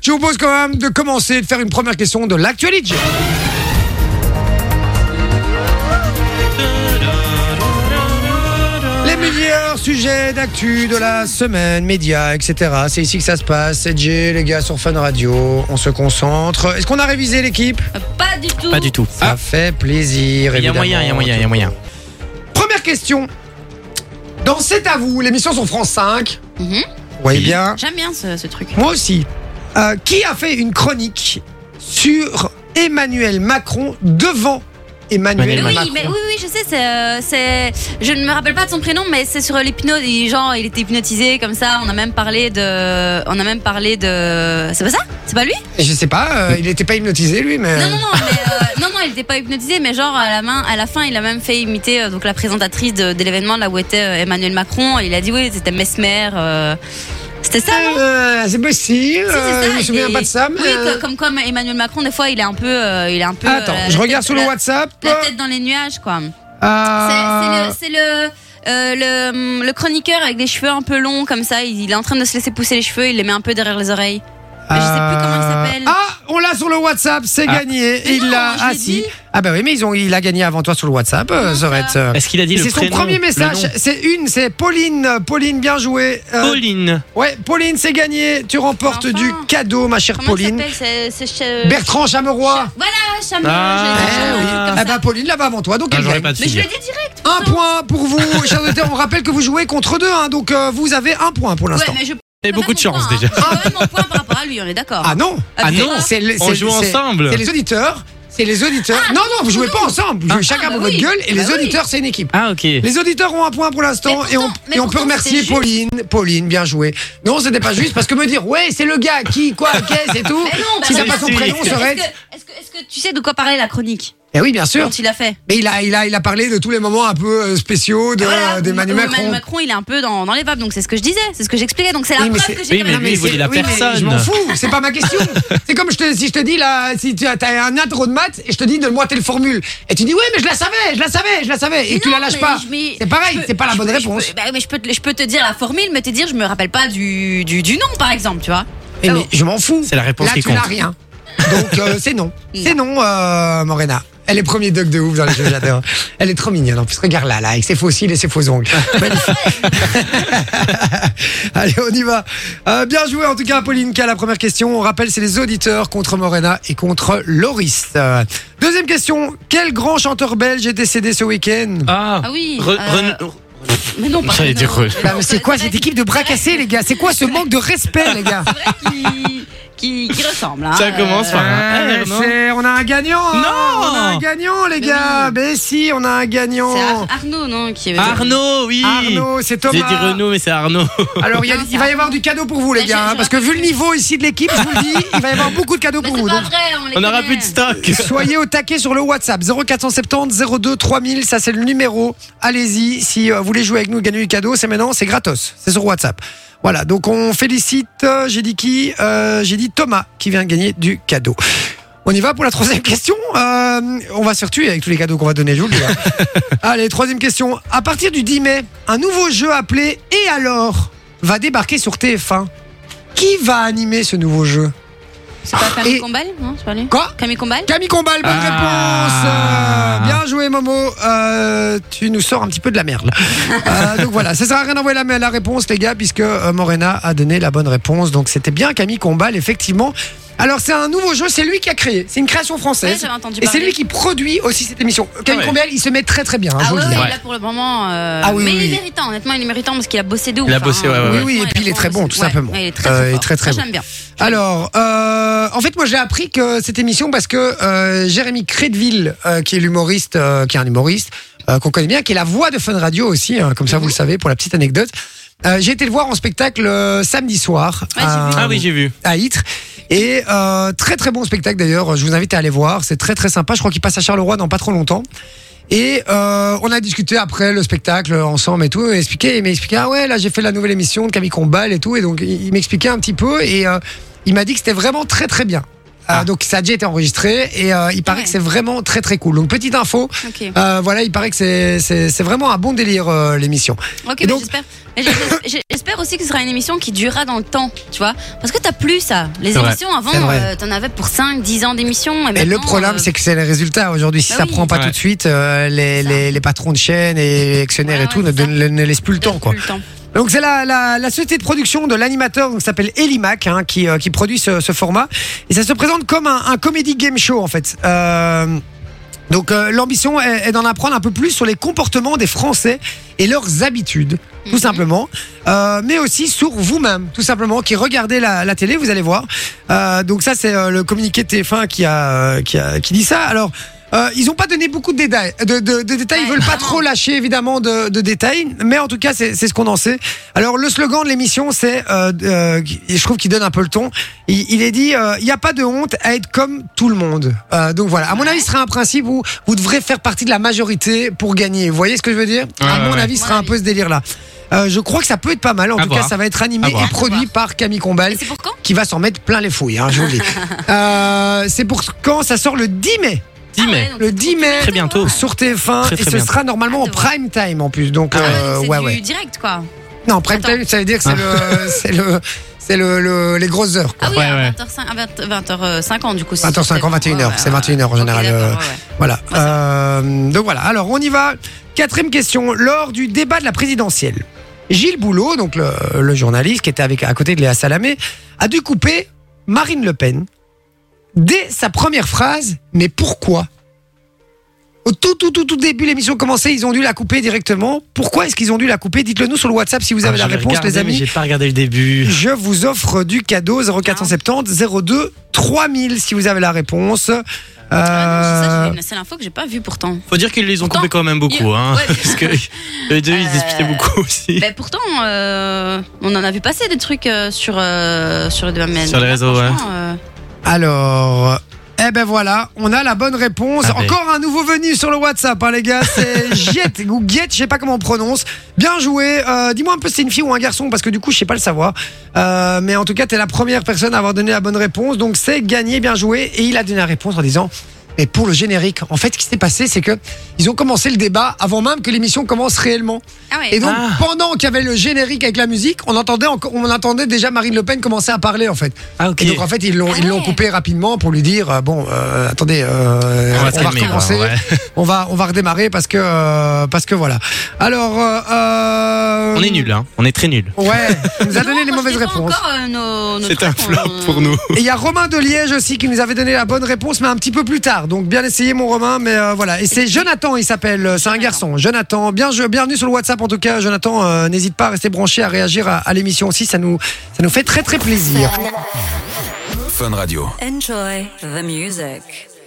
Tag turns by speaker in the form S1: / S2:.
S1: Je vous propose quand même de commencer de faire une première question de l'actualité. Les meilleurs sujets d'actu de la semaine, médias, etc. C'est ici que ça se passe. C'est Jay, les gars, sur Fun Radio. On se concentre. Est-ce qu'on a révisé l'équipe
S2: Pas du tout.
S3: Pas du tout.
S1: Ça fait plaisir,
S3: Ah, Il y a
S1: évidemment.
S3: moyen, il y a moyen, il y a moyen.
S1: Première question. Dans C'est à vous, l'émission sur France 5.
S2: Mhm.
S1: Vous voyez bien.
S2: J'aime bien ce, ce truc.
S1: Moi aussi. Euh, qui a fait une chronique sur Emmanuel Macron devant Emmanuel
S3: Emmanuel
S2: Mais oui,
S1: Macron
S2: mais oui, oui, je sais, c'est, euh, c'est. Je ne me rappelle pas de son prénom, mais c'est sur l'hypnose. il- Genre, il était hypnotisé comme ça. On a même parlé de. On a même parlé de. C'est pas ça C'est pas lui
S1: Je sais pas, euh, il n'était pas hypnotisé lui, mais.
S2: Non, non, non, mais, euh, non, non, il n'était pas hypnotisé, mais genre, à la, main, à la fin, il a même fait imiter euh, donc, la présentatrice de, de l'événement, là où était euh, Emmanuel Macron. Il a dit, oui, c'était Mesmer. euh, C'était ça, non
S1: Euh, c'est possible,
S2: Si, c'est
S1: euh,
S2: ça,
S1: je me
S2: il
S1: souviens
S2: est-
S1: pas de ça.
S2: Oui,
S1: mais, euh,
S2: co- comme quoi Emmanuel Macron, des fois, il est un peu. euh, il est un peu
S1: Attends,
S2: euh,
S1: je
S2: la
S1: regarde
S2: tête-
S1: sur le
S2: la-
S1: WhatsApp.
S2: La tête dans les nuages, quoi.
S1: Euh,
S2: C'est c'est le, c'est le, euh, le, le chroniqueur avec des cheveux un peu longs comme ça. Il, il est en train de se laisser pousser les cheveux. Il les met un peu derrière les oreilles. Mais je sais plus comment il s'appelle.
S1: Ah, on l'a sur le WhatsApp, c'est
S3: Ah.
S1: gagné.
S2: Mais
S1: Il
S2: non,
S1: l'a.
S2: je
S1: Ah
S2: l'ai
S1: si.
S2: dit.
S1: Ah bah oui, mais ils ont, il a gagné avant toi sur le WhatsApp, euh,
S2: ça
S1: Zorette, euh.
S3: Est-ce qu'il a dit
S1: Et
S3: Bah, le
S1: C'est son
S3: prénom,
S1: premier
S3: le
S1: message.
S3: nom
S1: C'est une, c'est Pauline. euh, Pauline, bien joué. Euh,
S3: Pauline.
S1: Ouais, Pauline, c'est gagné. Tu remportes
S2: Enfin.
S1: du cadeau, ma chère
S2: Comment
S1: Pauline.
S2: il s'appelle C'est- c'est-
S1: Bertrand Chameroy.
S2: euh, Voilà, Chamon.
S3: Ah,
S1: Eh
S2: j'ai dit Chamon,
S1: oui.
S2: comme
S1: Eh
S2: ça.
S1: ben, Pauline là-bas avant toi, donc
S3: Ah,
S1: elle
S3: J'aurais
S1: gagne.
S3: pas de
S2: Mais je
S3: fille.
S2: l'ai dit direct.
S1: Un
S2: pourtant.
S1: point pour vous, chers auditeurs. On rappelle que vous jouez contre deux, hein, donc euh, vous avez un point pour l'instant.
S2: Ouais, mais je.
S3: Et beaucoup de chance déjà.
S2: Ah, même mon point par rapport à lui, on est d'accord.
S1: Ah non,
S3: Ah non,
S1: c'est le-
S3: on
S1: c'est-
S3: joue
S1: c'est-
S3: ensemble.
S1: C'est les auditeurs, c'est les auditeurs. non, non, vous jouez pas ensemble. Vous jouez chacun
S2: Ah, bah
S1: pour votre
S2: oui.
S1: gueule et
S2: Bah
S1: les
S2: oui.
S1: auditeurs, c'est une équipe.
S3: Ah ok.
S1: Les auditeurs ont un point pour l'instant
S2: Mais
S1: et on,
S2: pourtant- mais
S1: et on peut
S2: pourtant,
S1: remercier
S2: c'était juste.
S1: Pauline. Pauline, bien joué. Non, c'était pas juste parce que me dire, ouais, c'est le gars qui, quoi, qu'est-ce et tout.
S2: Mais non, bah
S1: si t'as
S2: oui.
S1: pas son
S3: Si, si.
S1: prénom,
S2: Est-ce
S1: serait.
S2: que, est-ce que- est-ce que tu sais de quoi parlait la chronique
S1: Eh oui, bien sûr.
S2: quand il a fait
S1: Mais il a, il a, il a parlé de tous les moments un peu euh, spéciaux de,
S2: Voilà,
S1: d'Emmanuel
S2: où
S1: Macron.
S2: il est un peu dans, dans les vapes, donc c'est ce que je disais, c'est ce que j'expliquais. Donc c'est la
S1: Oui, mais c'est-
S2: preuve que j'ai
S3: oui,
S2: quand
S3: mais
S2: même-
S3: lui, il
S1: c'est-
S3: voulait la
S1: oui, mais
S3: personne.
S1: je m'en fous, c'est pas ma question. c'est comme je te, si je te dis là, si tu as t'as un intro de maths et je te dis donne-moi telle formule. Et tu dis ouais, mais je la savais, je la savais, je la savais. Et tu
S2: Non,
S1: la lâches
S2: mais
S1: pas.
S2: je m'y-
S1: C'est pareil,
S2: je peux-
S1: c'est pas la
S2: je
S1: bonne
S2: peux- je
S1: réponse.
S2: peux- bah, mais je peux, te, je peux te dire la formule, mais te dire je me rappelle pas du, du, du nom, par exemple, tu vois.
S1: Mais, Eh,
S2: Ah
S1: mais
S2: bon.
S1: je m'en fous.
S3: C'est la réponse
S1: Là,
S3: qui
S1: tu n'as
S3: compte.
S1: rien. Donc euh, c'est non. C'est non, euh, Morena. Elle est premier doc de ouf dans les jeux, j'adore. Elle est trop mignonne. En plus, regarde là, là, avec ses fossiles et ses faux ongles. Magnifique. Allez, on y va. Euh, bien joué en tout cas, Pauline, qui a la première question. On rappelle, c'est les auditeurs contre Morena et contre Loris. Euh, deuxième question. Quel grand chanteur belge est décédé ce week-end
S3: Ah.
S2: Ah oui,
S3: Re-
S2: euh,
S3: Ren-
S2: Mais non, pas.
S3: J'allais
S2: non,
S3: dire, euh,
S2: mais
S1: Bah,
S2: non,
S1: mais C'est quoi cette
S2: vrai
S1: équipe de bras cassés, les gars C'est quoi ce manque de respect, les gars
S2: Qui, qui, qui ressemble. hein,
S3: Ça commence par
S2: euh,
S3: un
S1: Ouais,
S3: R, non
S1: c'est- on a un gagnant hein.
S3: Non
S1: On a un gagnant les
S2: Mais
S1: gars
S2: oui.
S1: Mais si, on a un gagnant
S2: C'est Ar- Arnaud, non qui avait-
S3: Ah, Arnaud, oui.
S1: Arnaud, c'est
S3: J'ai
S1: Thomas
S3: dit Renaud, mais c'est Arnaud.
S1: Alors il, y a-
S2: Non,
S1: il
S2: c'est
S1: va y
S2: Arnaud.
S1: avoir du cadeau pour vous les
S2: Mais
S1: gars
S2: je-
S1: hein,
S2: Bah, je
S1: Parce que vu le niveau ici de l'équipe, je vous le dis Il va y avoir beaucoup de cadeaux
S2: Mais
S1: pour
S2: c'est
S1: vous
S2: pas
S1: donc.
S2: vrai, on les
S3: On aura
S2: connaît.
S3: plus de stock.
S1: Soyez au taquet sur le WhatsApp 0470 02 3000 Ça c'est le numéro Allez-y, si euh, vous voulez jouer avec nous, gagner du cadeau C'est maintenant, c'est gratos, c'est sur WhatsApp Voilà, donc on félicite euh, J'ai dit qui Euh, J'ai dit Thomas qui vient de gagner du cadeau on y va pour la troisième question. Euh, on va se faire tuer avec tous les cadeaux qu'on va donner, je vous le dis, hein. Allez, troisième question. À partir du 10 mai, un nouveau jeu appelé Et alors va débarquer sur TF1. Qui va animer ce nouveau jeu
S2: C'est pas
S1: Et-
S2: Camille Combal Non, c'est pas lui.
S1: Quoi
S2: Camille Combal
S1: Camille Combal, bonne
S3: Ah.
S1: réponse Euh, Bien joué Momo, Euh, tu nous sors un petit peu de la merde. là. Euh, donc voilà, ça sert à rien d'envoyer la, la réponse les gars, puisque euh, Morena a donné la bonne réponse, donc c'était bien Camille Combal, effectivement. Alors c'est un nouveau jeu, c'est lui qui a créé, c'est une création
S2: Ouais,
S1: française.
S2: j'avais
S1: Et
S2: entendu
S1: c'est
S2: parler.
S1: lui qui produit aussi cette émission. Camille
S3: Ah ouais.
S1: Combal, il se met très très bien, hein, je
S2: Ah
S1: vous
S2: ouais,
S1: le dis.
S2: ouais,
S3: Ouais.
S2: là pour le moment. euh,
S1: Ah oui,
S2: mais
S1: oui,
S2: il
S1: oui.
S2: est méritant, honnêtement, il est méritant parce qu'il a bossé de ouf. hein.
S3: Il a bossé, ouais, ouais, ouais.
S1: Oui, oui, et puis il est très bon, tout simplement.
S2: Ouais, il est très,
S1: Euh,
S2: très,
S1: il est
S2: fort.
S1: très, très
S2: Ça,
S1: bon.
S2: J'aime bien.
S1: Alors, euh, en fait, moi, j'ai appris que cette émission parce que euh, Jérémy Crédville, euh, qui est l'humoriste, euh, qui est un humoriste euh, qu'on connaît bien, qui est la voix de Fun Radio aussi, hein, comme ça vous
S3: Mhm.
S1: le savez pour la petite anecdote. Euh, j'ai été le voir en spectacle euh, samedi soir euh,
S2: Ouais, j'ai vu.
S1: à-
S3: Ah oui, j'ai vu.
S1: à Ytre. Et euh, très très bon spectacle d'ailleurs, je vous invite à aller voir, c'est très très sympa, je crois qu'il passe à Charleroi dans pas trop longtemps. Et euh, on a discuté après le spectacle ensemble et tout, et expliqué, il m'a expliqué, ah ouais, là j'ai fait la nouvelle émission de Camille Combal et tout, et donc il il m'expliquait un petit peu, et euh, il m'a dit que c'était vraiment très très bien.
S3: Ah.
S1: donc ça a déjà été enregistré et euh, il paraît
S2: Ouais.
S1: que c'est vraiment très très cool. Donc petite info,
S2: Ok.
S1: euh, voilà, il paraît que c'est- c'est c'est vraiment un bon délire euh, l'émission.
S2: Ok,
S1: Et
S2: mais
S1: donc-
S2: j'espère. mais j'ai- j'ai- J'espère aussi que ce sera une émission qui durera dans le temps, tu vois. Parce que t'as plus ça. Les
S3: C'est vrai.
S2: émissions avant,
S1: C'est vrai.
S2: euh, t'en avais pour 5, 10 ans d'émissions. Et,
S1: Et le
S2: maintenant,
S1: problème,
S2: euh,
S1: c'est que c'est les résultats aujourd'hui. Si
S2: bah
S1: ça
S2: oui.
S1: prend pas
S3: Ouais.
S1: tout de suite, euh, les,
S2: C'est ça.
S1: les, les patrons de chaînes et les actionnaires
S2: Ouais,
S1: et tout
S2: ouais,
S1: ne,
S2: c'est ça.
S1: donnent- ne laissent plus le temps, quoi.
S2: plus le temps.
S1: Donc c'est la, la, la société de production de l'animateur donc, qui s'appelle Elimac hein, qui, euh, qui produit ce, ce format et ça se présente comme un, un comedy game show en fait. Euh, donc euh, l'ambition est, est d'en apprendre un peu plus sur les comportements des Français et leurs habitudes tout
S2: Mhm.
S1: simplement, Euh, mais aussi sur vous-même tout simplement qui regardez la, la télé vous allez voir. Euh, donc ça c'est euh, le communiqué TF1 qui a, euh, qui a qui dit ça. Alors euh, ils n'ont pas donné beaucoup de détails. De, de- de détails. Ils
S2: Ouais,
S1: veulent pas
S2: vraiment.
S1: trop lâcher évidemment de, de détails, mais en tout cas c'est c'est ce qu'on en sait. Alors le slogan de l'émission c'est, euh, euh, et je trouve qu'il donne un peu le ton. Il, il est dit, euh, il n'y a pas de honte à être comme tout le monde. Euh, donc voilà. À mon avis, ce sera un principe où vous devrez faire partie de la majorité pour gagner. Vous voyez ce que je veux dire
S3: Ouais,
S1: À
S3: ouais,
S1: mon
S3: ouais.
S1: avis, ce sera un
S2: Mon
S1: peu ce délire là. Euh, je crois que ça peut être pas mal. En
S3: À
S1: tout cas,
S3: voir.
S1: ça va être animé
S3: À
S1: et
S3: voir.
S1: produit par Camille Combal
S2: Et c'est pour quand
S1: qui va s'en mettre plein les fouilles, hein, je vous le dis. Euh, c'est pour quand ça sort le 10 mai.
S3: Dis,
S2: Ah ouais,
S3: mais.
S2: donc
S1: Le
S2: c'est
S1: 10
S2: pour-
S1: mai
S3: Très bientôt.
S1: sur TF1
S3: Très, très
S1: et ce
S3: bien.
S1: sera normalement en
S2: Ah, ouais.
S1: prime time en plus. Donc,
S2: Ah ouais,
S1: euh,
S2: donc c'est
S1: ouais,
S2: du
S1: ouais.
S2: direct, quoi.
S1: Non, prime
S2: Attends.
S1: time, ça veut dire que c'est
S3: Ah.
S1: le, c'est le, c'est le, le- les grosses heures.
S2: Ah oui,
S3: Ouais, ouais.
S2: à 20h05 à 20h50, euh, du coup. c'est
S1: 20h50,
S2: sur
S1: 21h,
S2: TF1,
S1: c'est 21h en
S2: ouais,
S1: général,
S2: ok, d'accord,
S1: euh,
S2: ouais, ouais.
S1: Voilà.
S3: Bah,
S1: Euh, donc voilà. Alors on y va. Quatrième question. Lors du débat de la présidentielle, Gilles Boulot, donc le, le journaliste qui était avec à côté de Léa Salamé, a dû couper Marine Le Pen dès sa première phrase. Mais pourquoi Au tout tout tout tout début l'émission commençait, ils ont dû la couper directement. Pourquoi est-ce qu'ils ont dû la couper Dites-le nous sur le WhatsApp si vous avez la
S3: Ah, j'avais
S1: réponse,
S3: regardé,
S1: les
S3: mais
S1: amis.
S3: J'ai pas regardé le début.
S1: Je vous offre du cadeau
S3: Ah.
S1: 0470 02 3000 si vous avez la réponse.
S2: Ah non, c'est ça,
S1: Euh,
S2: j'ai une seule info que j'ai pas vue pourtant.
S3: Faut dire qu'ils les ont
S2: Pourtant,
S3: coupés quand même beaucoup,
S2: il-
S3: hein.
S2: ouais.
S3: Parce que eux deux, ils
S2: Euh,
S3: expliquaient beaucoup
S1: bah,
S3: aussi.
S2: Mais pourtant, euh, on en a vu passer des trucs euh, sur, euh, sur le domaine.
S3: Sur les réseaux, ouais.
S2: Franchement, euh,
S1: Alors, eh ben voilà, on a la bonne réponse.
S3: Ah ben.
S1: Encore un nouveau venu sur le WhatsApp, hein, les gars. C'est Giette ou Guette, je sais pas comment on prononce. Bien joué. Euh, Dis-moi un peu si c'est une fille ou un garçon, parce que du coup, je sais pas le savoir. Euh, mais en tout cas, t'es la première personne à avoir donné la bonne réponse. Donc, c'est gagné, bien joué. Et il a donné la réponse en disant. Et pour le générique, en fait, ce qui s'est passé, c'est que ils ont commencé le débat avant même que l'émission commence réellement.
S2: Ah ouais.
S1: Et donc,
S3: Ah.
S1: pendant qu'il y avait le générique avec la musique, on entendait, enco- on entendait déjà Marine Le Pen commencer à parler, en fait.
S3: Ah, ok.
S1: Et donc en fait ils l'ont
S2: Ah
S1: ils l'ont
S2: ouais.
S1: coupé rapidement pour lui dire euh, bon euh, attendez euh,
S3: On va se
S1: on va
S3: calmer,
S1: recommencer
S3: ouais.
S1: on va on va redémarrer parce que euh, parce que voilà alors euh, euh,
S3: On est nuls, hein. On est très nuls.
S1: ouais il nous a donné
S2: Non,
S1: les
S2: moi, je
S1: mauvaises
S2: l'ai pas
S1: réponses
S2: encore, euh, nos- nos
S3: C'est un
S2: trucs,
S3: flop
S2: on-
S3: pour nous.
S1: et il y a Romain de Liège aussi qui nous avait donné la bonne réponse mais un petit peu plus tard donc bien essayé mon Romain mais euh, voilà et c'est Jonathan il s'appelle Euh, c'est un garçon Jonathan bien je- bienvenue sur le WhatsApp en tout cas Jonathan euh, n'hésite pas à rester branché à réagir à, à l'émission aussi ça nous ça nous fait très très plaisir
S4: Fun Radio.
S5: Enjoy the music.